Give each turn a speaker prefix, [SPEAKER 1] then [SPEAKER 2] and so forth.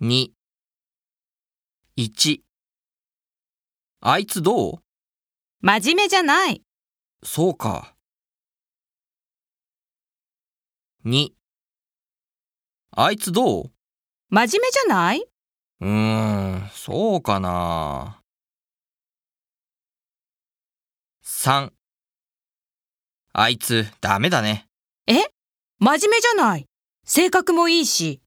[SPEAKER 1] 2、1。あいつどう
[SPEAKER 2] 真面目じゃない。
[SPEAKER 1] そうか。2、あいつどう
[SPEAKER 2] 真面目じゃないう
[SPEAKER 1] ーん、そうかな。3、あいつダメだね。
[SPEAKER 2] 真面目じゃない。性格もいいし。